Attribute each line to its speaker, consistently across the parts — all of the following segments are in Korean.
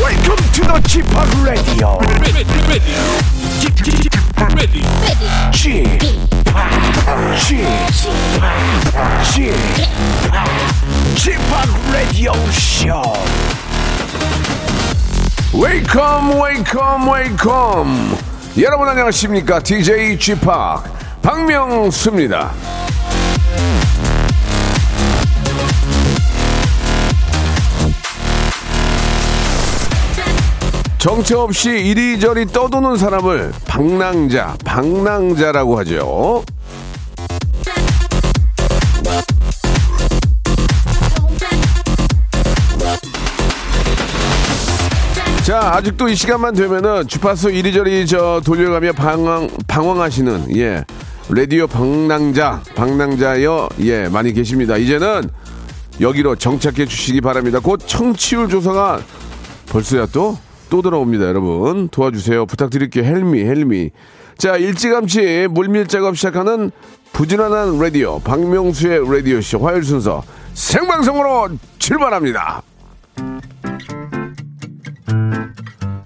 Speaker 1: Welcome to the g p o p Radio. g p o p g p o p Radio Show.
Speaker 2: 웨이컴 웨이컴 웨이컴 여러분 안녕하십니까 DJ g p o p 박명수입니다 정체 없이 이리저리 떠도는 사람을 방랑자, 방랑자라고 하죠. 자, 아직도 이 시간만 되면은 주파수 이리저리 저 돌려가며 방황, 방황하시는, 예. 라디오 방랑자, 방랑자여, 예, 많이 계십니다. 이제는 여기로 정착해 주시기 바랍니다. 곧 청취율 조사가 벌써야 또? 또 들어옵니다, 여러분. 도와주세요. 부탁드릴게요. 헬미, 헬미. 자, 일찌감치 물밀 작업 시작하는 부지런한 라디오, 박명수의 라디오쇼 화요일 순서 생방송으로 출발합니다.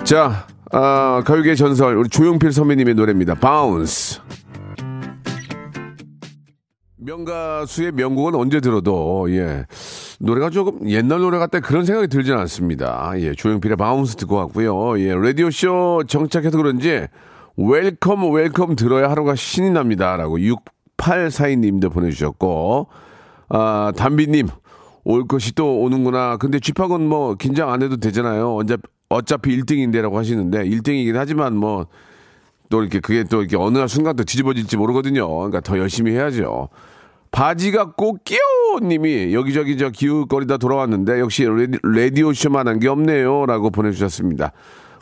Speaker 2: 자, 아, 가요계 전설 우리 조용필 선배님의 노래입니다. 바운스. 명가수의 명곡은 언제 들어도 예 노래가 조금 옛날 노래 같다 그런 생각이 들진 않습니다. 예 조용필의 바운스 듣고 왔고요. 예 라디오 쇼 정착해서 그런지 웰컴 웰컴 들어야 하루가 신이 납니다라고 6842님도 보내주셨고 아 담비님 올 것이 또 오는구나. 근데 쥐팍은 뭐 긴장 안 해도 되잖아요. 언제 어차피 1등인데라고 하시는데 1등이긴 하지만 뭐 또 이렇게 그게 또 이렇게 어느 순간 또 뒤집어질지 모르거든요. 그러니까 더 열심히 해야죠. 바지가 꼭 끼요님이 여기저기 저 기웃거리다 돌아왔는데 역시 레디- 레디오쇼만한 게 없네요라고 보내주셨습니다.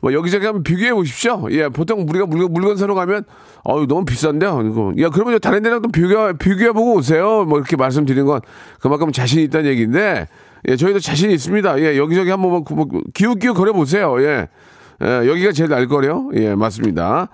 Speaker 2: 뭐 여기저기 한번 비교해 보십시오. 예, 보통 우리가 물건, 물건 사러 가면 어우 너무 비싼데 이거 야 그러면 저 다른 데랑 좀 비교 비교해 보고 오세요. 뭐 이렇게 말씀드린 건 그만큼 자신 이 있다는 얘기인데 예, 저희도 자신 이 있습니다. 예, 여기저기 한번 뭐 기웃기웃 거려 보세요. 예. 예, 여기가 제일 날 거래요. 예, 맞습니다.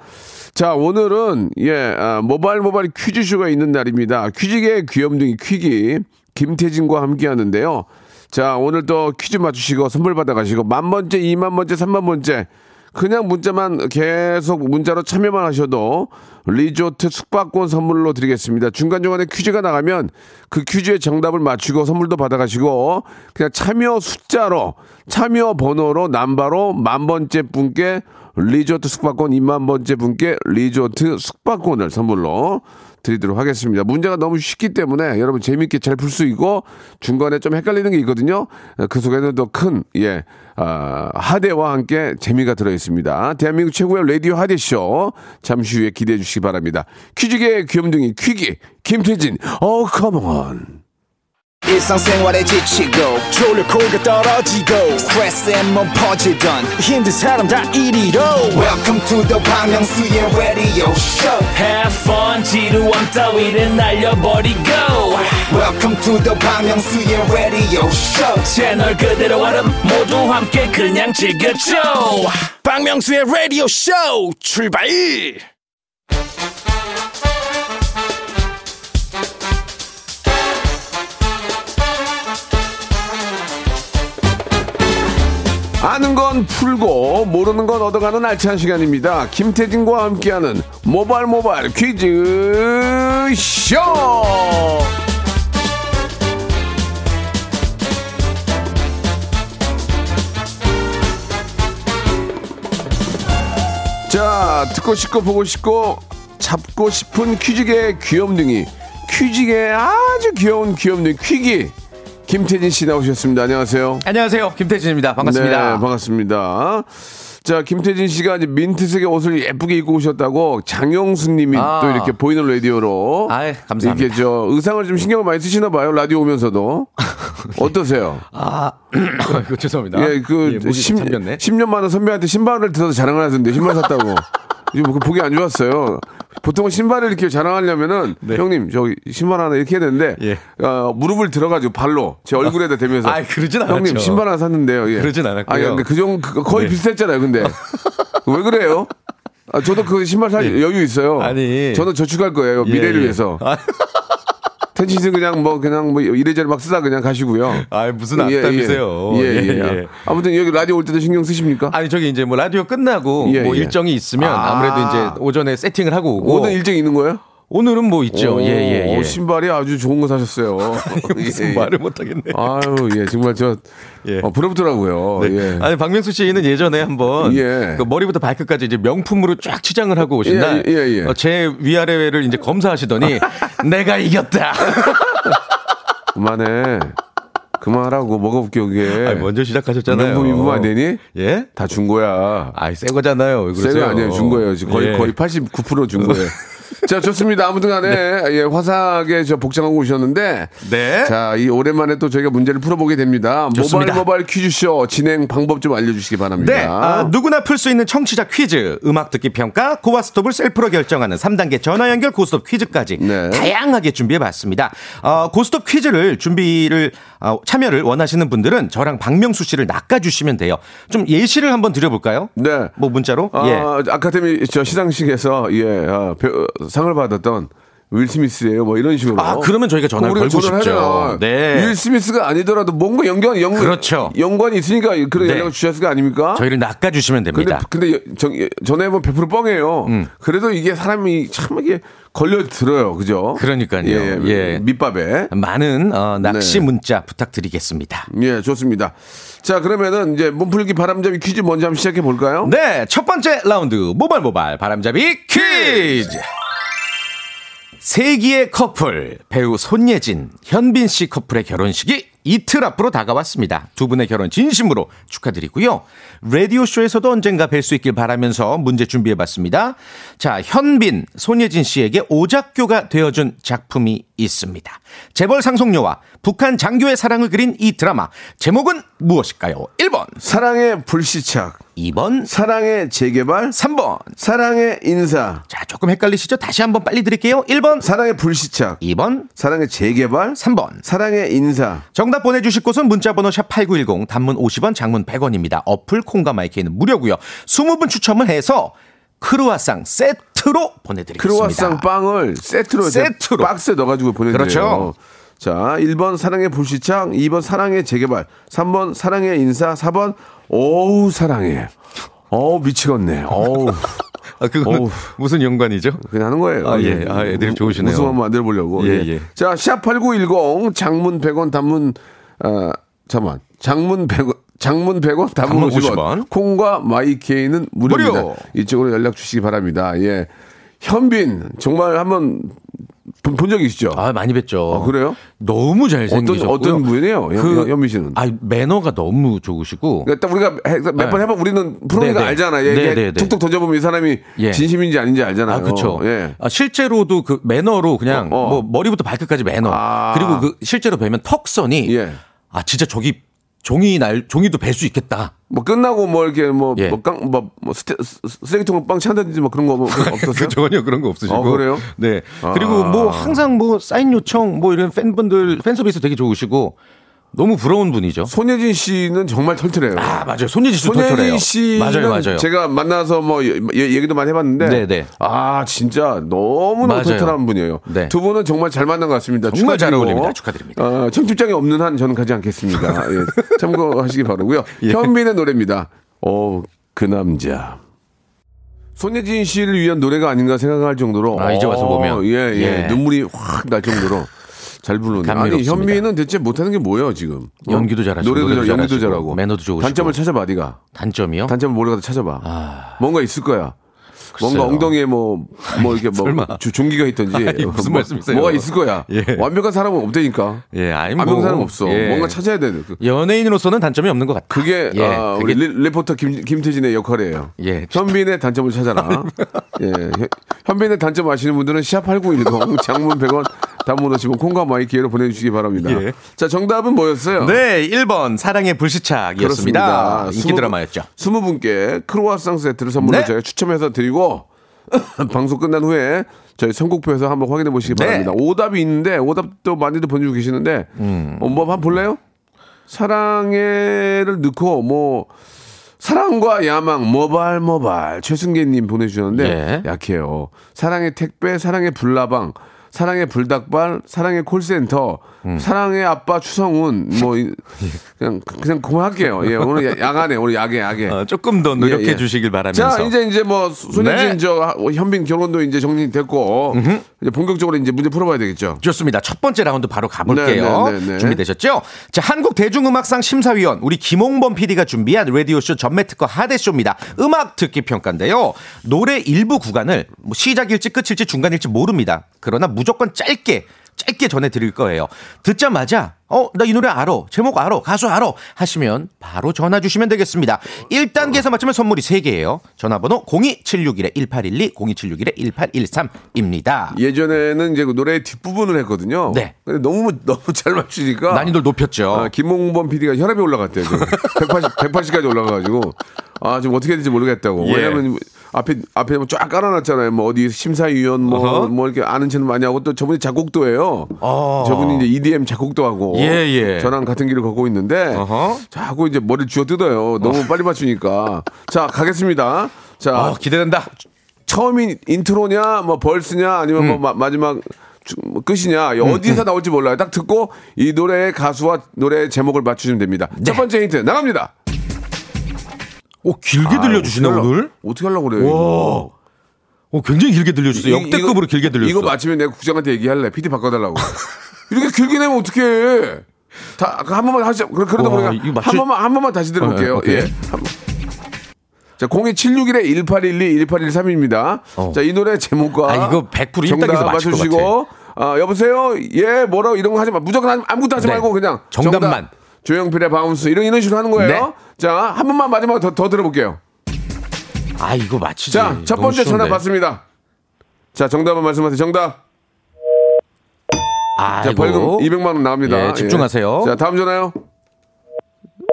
Speaker 2: 자, 오늘은 예, 아, 모바일 모바일 퀴즈쇼가 있는 날입니다. 퀴즈계의 귀염둥이 퀴기 김태진과 함께 하는데요. 자, 오늘 또 퀴즈 맞추시고 선물 받아가시고 만 번째, 이만 번째, 삼만 번째 그냥 문자만 계속 문자로 참여만 하셔도 리조트 숙박권 선물로 드리겠습니다. 중간중간에 퀴즈가 나가면 그 퀴즈의 정답을 맞추고 선물도 받아가시고 그냥 참여 숫자로 참여 번호로 남바로 만 번째 분께 리조트 숙박권 2만 번째 분께 리조트 숙박권을 선물로 드리도록 하겠습니다. 문제가 너무 쉽기 때문에 여러분 재밌게 잘 풀 수 있고 중간에 좀 헷갈리는 게 있거든요. 그 속에는 더 큰 예, 아, 하대와 함께 재미가 들어 있습니다. 대한민국 최고의 라디오 하대쇼 잠시 후에 기대해 주시기 바랍니다. 퀴즈계의 귀염둥이 퀴기 김태진 어 컴온
Speaker 3: 일상생활에 지치고, 졸려 코가 떨어지고, 스트레스에 몸 퍼지던, 힘든 사람 다 이리로. welcome to the Bang Myung-soo's radio show
Speaker 4: Have fun 지루함 따위를 날려버리고
Speaker 3: welcome to the Bang Myung-soo's radio show
Speaker 4: 채널 그대로 얼음 모두 함께 그냥 즐겨줘
Speaker 1: 박명수의 라디오 쇼 출발.
Speaker 2: 아는 건 풀고 모르는 건 얻어가는 알찬 시간입니다. 김태진과 함께하는 모발 모발 퀴즈 쇼. 자, 듣고 싶고 보고 싶고 잡고 싶은 퀴즈계 귀염둥이 퀴즈계 아주 귀여운 귀염둥이 퀴기 김태진 씨 나오셨습니다. 안녕하세요.
Speaker 5: 안녕하세요. 김태진입니다. 반갑습니다.
Speaker 2: 네, 반갑습니다. 자, 김태진 씨가 이제 민트색의 옷을 예쁘게 입고 오셨다고 장영수 님이
Speaker 5: 아.
Speaker 2: 또 이렇게 보이는 라디오로.
Speaker 5: 아이, 감사합니다.
Speaker 2: 이렇게 저 의상을 좀 신경을 많이 쓰시나 봐요. 라디오 오면서도. 어떠세요?
Speaker 5: 그 죄송합니다.
Speaker 2: 예, 그,
Speaker 5: 목이
Speaker 2: 십
Speaker 5: 잠겼네.
Speaker 2: 10년 만에 선배한테 신발을 들어서 자랑을 하던데, 신발 샀다고. 지금 그 보기 안 좋았어요. 보통은 신발을 이렇게 자랑하려면은, 형님, 저기, 신발 하나 이렇게 해야 되는데,
Speaker 5: 네. 예.
Speaker 2: 어, 무릎을 들어가지고 발로, 제 얼굴에다 대면서.
Speaker 5: 아이, 그러진
Speaker 2: 형님,
Speaker 5: 않았죠.
Speaker 2: 신발 하나 샀는데요. 예.
Speaker 5: 그러진 않았고요.
Speaker 2: 아니, 근데 그 정도, 그- 거의
Speaker 5: 네.
Speaker 2: 비슷했잖아요, 근데. 왜 그래요? 아, 저도 그 신발 살 여유 있어요.
Speaker 5: 네. 아니.
Speaker 2: 저는 저축할 거예요, 미래를
Speaker 5: 예.
Speaker 2: 위해서.
Speaker 5: 아,
Speaker 2: 텐시즌 그냥 뭐 그냥 뭐 이래저래 막 쓰다 그냥 가시고요.
Speaker 5: 아이, 무슨 악담이세요.
Speaker 2: 예, 예, 예.
Speaker 5: 예, 예.
Speaker 2: 아무튼 여기 라디오 올 때도 신경 쓰십니까?
Speaker 5: 아니 저기 이제 뭐 라디오 끝나고
Speaker 2: 예,
Speaker 5: 뭐
Speaker 2: 예.
Speaker 5: 일정이 있으면
Speaker 2: 아.
Speaker 5: 아~ 무래도 이제 오전에 세팅을 하고 오고
Speaker 2: 오늘 일정 있는 거예요?
Speaker 5: 오늘은 뭐 있죠.
Speaker 2: 오,
Speaker 5: 예, 예, 예.
Speaker 2: 어, 신발이 아주 좋은 거 사셨어요.
Speaker 5: 무슨
Speaker 2: 예, 예.
Speaker 5: 말을 못 하겠네.
Speaker 2: 아유, 예, 정말 저
Speaker 5: 예. 네.
Speaker 2: 어, 부럽더라고요. 예.
Speaker 5: 아니 박명수 씨는 예전에 한번
Speaker 2: 예.
Speaker 5: 그 머리부터 발끝까지 이제 명품으로 쫙 치장을 하고 오신
Speaker 2: 예,
Speaker 5: 날
Speaker 2: 예, 예.
Speaker 5: 어, 제 위아래를 이제 검사하시더니 내가 이겼다.
Speaker 2: 그만해. 그만하라고 뭐가 웃겨 그게.
Speaker 5: 아니, 네, 먼저 시작하셨잖아요.
Speaker 2: 예. 명품 입으면 안 되니?
Speaker 5: 예?
Speaker 2: 다 준 거야.
Speaker 5: 아이 새 거잖아요. 왜 그러세요?
Speaker 2: 세가 아니에요. 준 거예요. 지금 거의
Speaker 5: 예.
Speaker 2: 거의 89%준 거예요. 자, 좋습니다. 아무튼 간에 예, 화사하게 저 복장하고 오셨는데
Speaker 5: 네.
Speaker 2: 자, 이 오랜만에 또 저희가 문제를 풀어보게 됩니다.
Speaker 5: 좋습니다.
Speaker 2: 모바일 모바일 퀴즈쇼 진행 방법 좀 알려 주시기 바랍니다.
Speaker 5: 네, 아, 누구나 풀 수 있는 청취자 퀴즈, 음악 듣기 평가, 고와 스톱을 셀프로 결정하는 3단계 전화 연결 고스톱 퀴즈까지
Speaker 2: 네.
Speaker 5: 다양하게 준비해봤습니다. 어, 고스톱 퀴즈를 준비를 어, 참여를 원하시는 분들은 저랑 박명수 씨를 낚아주시면 돼요. 좀 예시를 한번 드려볼까요?
Speaker 2: 네.
Speaker 5: 뭐 문자로?
Speaker 2: 아,
Speaker 5: 예.
Speaker 2: 아카데미 저 시상식에서 예, 아, 배- 상을 받았던 윌 스미스예요. 뭐 이런 식으로.
Speaker 5: 아, 그러면 저희가 전화를
Speaker 2: 우리가
Speaker 5: 걸고
Speaker 2: 전화를
Speaker 5: 싶죠.
Speaker 2: 하잖아.
Speaker 5: 네.
Speaker 2: 윌 스미스가 아니더라도 뭔가 연관 연
Speaker 5: 그렇죠.
Speaker 2: 연관이 있으니까 그런
Speaker 5: 네.
Speaker 2: 연락을 주셨을 거 아닙니까?
Speaker 5: 저희를 낚아주시면
Speaker 2: 근데
Speaker 5: 됩니다. 음.
Speaker 2: 근데 여- 정- 예, 전화해보면 100% 뻥이에요. 그래도 이게 사람이 참 이게 걸려 들어요, 그죠?
Speaker 5: 그러니까요.
Speaker 2: 예,
Speaker 5: 예.
Speaker 2: 밑밥에.
Speaker 5: 많은 어, 낚시
Speaker 2: 네.
Speaker 5: 문자 부탁드리겠습니다.
Speaker 2: 예, 좋습니다. 자, 그러면은 이제 몸풀기 바람잡이 퀴즈 먼저 한번 시작해 볼까요?
Speaker 5: 네, 첫 번째 라운드 모발 모발 바람잡이 퀴즈. 세기의 커플 배우 손예진, 현빈 씨 커플의 결혼식이 이틀 앞으로 다가왔습니다. 두 분의 결혼 진심으로 축하드리고요. 라디오 쇼에서도 언젠가 뵐 수 있길 바라면서 문제 준비해 봤습니다. 자, 현빈 손예진 씨에게 오작교가 되어준 작품이 있습니다. 재벌 상속녀와 북한 장교의 사랑을 그린 이 드라마 제목은 무엇일까요? 1번,
Speaker 2: 사랑의 불시착,
Speaker 5: 2번,
Speaker 2: 사랑의 재개발,
Speaker 5: 3번.
Speaker 2: 사랑의 인사,
Speaker 5: 자, 조금 헷갈리시죠? 다시 한번 빨리 드릴게요. 1번,
Speaker 2: 사랑의 불시착,
Speaker 5: 2번,
Speaker 2: 사랑의 재개발,
Speaker 5: 3번.
Speaker 2: 사랑의 인사.
Speaker 5: 정답 보내주실 곳은 문자번호 샵8910, 단문 50원, 장문 100원입니다. 어플 콩과 마이크는 무료고요 20분 추첨을 해서 크루아상 세트로 보내드리겠습니다.
Speaker 2: 크로와상 빵을 세트로, 이렇게
Speaker 5: 세트로.
Speaker 2: 박스에 넣어가지고 보내드려요.
Speaker 5: 그렇죠.
Speaker 2: 자, 1번 사랑의 불시착, 2번 사랑의 재개발, 3번 사랑의 인사, 4번 어우 사랑해. 어우 미치겠네. 어우
Speaker 5: 아, 그거는
Speaker 2: 어우.
Speaker 5: 무슨 연관이죠?
Speaker 2: 그냥 하는 거예요.
Speaker 5: 아, 예. 아, 애드립 좋으시네요.
Speaker 2: 웃음 한번 만들어 보려고.
Speaker 5: 예, 예.
Speaker 2: 자, 샵8910 장문 100원 단문 아, 잠깐만. 장문 100원 장문 100원 단문
Speaker 5: 단문
Speaker 2: 50원.
Speaker 5: 50원.
Speaker 2: 콩과 마이케이는 무료입니다.
Speaker 5: 무료.
Speaker 2: 이쪽으로 연락 주시기 바랍니다. 예. 현빈 정말 한번 본, 본 적이 있죠?
Speaker 5: 아, 많이 뵀죠.
Speaker 2: 아, 그래요?
Speaker 5: 너무 잘생기셨고요.
Speaker 2: 어떤 분이에요? 현- 현미 씨는?
Speaker 5: 아, 매너가 너무 좋으시고.
Speaker 2: 그러니까 딱 우리가 몇 번 해봐 우리는 프로니까
Speaker 5: 네, 네.
Speaker 2: 알잖아. 예,
Speaker 5: 네,
Speaker 2: 이게
Speaker 5: 네, 네.
Speaker 2: 툭툭 던져보면 이 사람이
Speaker 5: 예.
Speaker 2: 진심인지 아닌지 알잖아요.
Speaker 5: 아, 그렇죠.
Speaker 2: 예.
Speaker 5: 아, 실제로도 그 매너로 그냥
Speaker 2: 어, 어.
Speaker 5: 뭐 머리부터 발끝까지 매너.
Speaker 2: 아.
Speaker 5: 그리고 그 실제로 뵈면 턱선이
Speaker 2: 예.
Speaker 5: 아 진짜 저기 종이 날 종이도 뵐 수 있겠다.
Speaker 2: 뭐 끝나고 뭐 이렇게 뭐,
Speaker 5: 예.
Speaker 2: 뭐, 깡, 뭐, 뭐 쓰레, 기통을빵 찬다든지 뭐 그런 거 뭐 없었어요?
Speaker 5: 전혀 그런 거 없으시고.
Speaker 2: 어, 그래요?
Speaker 5: 네.
Speaker 2: 아.
Speaker 5: 그리고 뭐 항상 뭐 사인 요청 뭐 이런 팬분들 팬 서비스 되게 좋으시고 너무 부러운 분이죠.
Speaker 2: 손예진 씨는 정말 털털해요.
Speaker 5: 아 맞아요. 손예진 씨도 털털해요.
Speaker 2: 손예진 씨는
Speaker 5: 맞아요, 맞아요.
Speaker 2: 제가 만나서 뭐 예- 예- 얘기도 많이 해봤는데
Speaker 5: 네, 네.
Speaker 2: 아 진짜 너무나
Speaker 5: 맞아요.
Speaker 2: 털털한 분이에요.
Speaker 5: 네.
Speaker 2: 두 분은 정말 잘 만난 것 같습니다.
Speaker 5: 정말 잘
Speaker 2: 축하드리고,
Speaker 5: 어울립니다. 축하드립니다.
Speaker 2: 어, 청첩장이 없는 한 저는 가지 않겠습니다. 예, 참고하시기 바라고요.
Speaker 5: 예.
Speaker 2: 현빈의 노래입니다. 어, 그 남자. 손예진 씨를 위한 노래가 아닌가 생각할 정도로
Speaker 5: 아, 이제 와서
Speaker 2: 어,
Speaker 5: 보면.
Speaker 2: 예, 예.
Speaker 5: 예.
Speaker 2: 눈물이 확 날 정도로 잘 부르네. 아니
Speaker 5: 감미롭습니다.
Speaker 2: 현빈은 대체 못하는 게 뭐예요 지금? 어?
Speaker 5: 연기도 잘하시고,
Speaker 2: 노래도
Speaker 5: 노래도
Speaker 2: 잘, 연기도
Speaker 5: 잘하시고,
Speaker 2: 잘하고,
Speaker 5: 매너도 좋으시고. 어?
Speaker 2: 단점을 찾아봐, 네가.
Speaker 5: 단점이요?
Speaker 2: 단점을 몰라도 찾아봐. 뭔가 있을 거야.
Speaker 5: 글쎄요.
Speaker 2: 뭔가 엉덩이에 뭐, 뭐 이렇게 뭐,
Speaker 5: 설마.
Speaker 2: 주- 종기가 있던지.
Speaker 5: 아니, 무슨
Speaker 2: 뭐,
Speaker 5: 말씀이세요?
Speaker 2: 뭐가 있을 거야.
Speaker 5: 예.
Speaker 2: 완벽한 사람은 없다니까.
Speaker 5: 예, 아니 뭐.
Speaker 2: 완벽한 사람은 없어.
Speaker 5: 예.
Speaker 2: 뭔가 찾아야 돼. 그-
Speaker 5: 연예인으로서는 단점이 없는 것 같아요.
Speaker 2: 그게,
Speaker 5: 예,
Speaker 2: 아, 우리 리- 리포터 김, 김태진의 역할이에요.
Speaker 5: 예.
Speaker 2: 현빈의 단점을 찾아라. 예. 현- 현빈의 단점 아시는 분들은 시합8910 장문 100원 단문 50원 콩과 마이키에로 보내주시기 바랍니다.
Speaker 5: 예.
Speaker 2: 자, 정답은 뭐였어요?
Speaker 5: 네, 1번 사랑의 불시착이었습니다. 인기
Speaker 2: 스무-
Speaker 5: 드라마였죠.
Speaker 2: 스무 분께 크로아상 세트를 선물로
Speaker 5: 네.
Speaker 2: 저희가 추첨해서 드리고 방송 끝난 후에 저희 선곡표에서 한번 확인해 보시기
Speaker 5: 네.
Speaker 2: 바랍니다. 오답이 있는데 오답도 많이들 보내주고 계시는데
Speaker 5: 음.
Speaker 2: 어, 뭐 한번 볼래요? 사랑해를 넣고 뭐 사랑과 야망 모발 모발 최승계님 보내주셨는데
Speaker 5: 예.
Speaker 2: 약해요. 사랑의 택배, 사랑의 불나방, 사랑의 불닭발, 사랑의 콜센터,
Speaker 5: 음.
Speaker 2: 사랑의 아빠 추성훈 뭐 이- 그냥 그냥 그만할게요. 예, 오늘 야- 야간에 오늘 야게 야게.
Speaker 5: 어, 조금 더 노력해
Speaker 2: 예, 예.
Speaker 5: 주시길 바라면서.
Speaker 2: 자, 이제 이제 뭐 손예진
Speaker 5: 네.
Speaker 2: 저 하- 뭐 현빈 결혼도 이제 정리됐고 이제 본격적으로 이제 문제 풀어봐야 되겠죠.
Speaker 5: 좋습니다. 첫 번째 라운드 바로 가볼게요.
Speaker 2: 네, 네, 네, 네.
Speaker 5: 준비되셨죠? 자, 한국 대중음악상 심사위원 우리 김홍범 PD가 준비한 라디오 쇼 전매 특허 하대 쇼입니다. 음악 듣기 평가인데요. 노래 일부 구간을 뭐 시작일지 끝일지 중간일지 모릅니다. 그러나 무조건 짧게 짧게 전해드릴 거예요. 듣자마자 어, 나 이 노래 알아. 제목 알아. 가수 알아. 하시면 바로 전화 주시면 되겠습니다. 1단계에서 맞추면 선물이 3개예요. 전화번호 02761-1812, 02761-1813입니다.
Speaker 2: 예전에는 이제 그 노래의 뒷부분을 했거든요.
Speaker 5: 네.
Speaker 2: 근데 너무 너무 잘 맞추니까
Speaker 5: 난이도를 높였죠.
Speaker 2: 아, 김홍범 PD가 혈압이 올라갔대요. 지금. 180, 180까지 올라가가지고 아 지금 어떻게 해야 될지 모르겠다고.
Speaker 5: 예.
Speaker 2: 왜냐면 앞에 앞에 뭐쫙 깔아놨잖아요. 뭐 어디 심사위원 뭐 뭐
Speaker 5: 어허.
Speaker 2: 이렇게 아는 체는 많이 하고 또 저분이 작곡도 해요.
Speaker 5: 어.
Speaker 2: 저분이 이제 EDM 작곡도 하고
Speaker 5: 예, 예.
Speaker 2: 저랑 같은 길을 걷고 있는데
Speaker 5: 어허.
Speaker 2: 자꾸 이제 머리를 쥐어 뜯어요. 너무 빨리 맞추니까 자 가겠습니다. 자
Speaker 5: 아, 기대된다.
Speaker 2: 처음인 인트로냐 뭐 벌스냐 아니면
Speaker 5: 음.
Speaker 2: 뭐 마, 마지막 주- 뭐 끝이냐 어디서 나올지 몰라요. 딱 듣고 이 노래의 가수와 노래의 제목을 맞추시면 됩니다.
Speaker 5: 네.
Speaker 2: 첫 번째 힌트 나갑니다.
Speaker 5: 오, 어, 길게 들려주시네,
Speaker 2: 어떻게 하려-
Speaker 5: 아, 오늘?
Speaker 2: 어떻게 하려고 그래요? 이거?
Speaker 5: 오, 굉장히 길게 들려주세요.
Speaker 2: 이-
Speaker 5: 역대급으로
Speaker 2: 이거-
Speaker 5: 길게 들려주세요.
Speaker 2: 이거 맞히면 내가 국장한테 얘기할래. PD 바꿔달라고. 이렇게 길게 내면 어떡해. 다, 한 번만 하시, 그러- 그러다
Speaker 5: 와,
Speaker 2: 보니까.
Speaker 5: 이거 맞추-
Speaker 2: 한 번만, 한 번만 다시
Speaker 5: 어,
Speaker 2: 들어볼게요.
Speaker 5: 어, 오케이.
Speaker 2: 예. 한 번. 자, 02761에 1812, 1813입니다.
Speaker 5: 어.
Speaker 2: 자, 이 노래 제목과.
Speaker 5: 아, 이거 100%
Speaker 2: 정답
Speaker 5: 일당에서 맞출 것
Speaker 2: 맞추시고. 아, 여보세요? 예, 뭐라고 이런 거 하지 마. 무조건 아무- 아무것도 하지
Speaker 5: 네.
Speaker 2: 말고 그냥.
Speaker 5: 정답만.
Speaker 2: 조영필의 바운스. 이런, 이런 식으로 하는 거예요.
Speaker 5: 네.
Speaker 2: 자, 한 번만 마지막으로 더, 더 들어볼게요.
Speaker 5: 아, 이거 맞히지.
Speaker 2: 자, 첫
Speaker 5: 너무
Speaker 2: 번째 전화
Speaker 5: 쉬운데.
Speaker 2: 받습니다. 자, 정답은 말씀하세요. 정답.
Speaker 5: 아,
Speaker 2: 자,
Speaker 5: 이거.
Speaker 2: 벌금 200만 원 나갑니다.
Speaker 5: 예, 집중하세요.
Speaker 2: 자, 다음 전화요.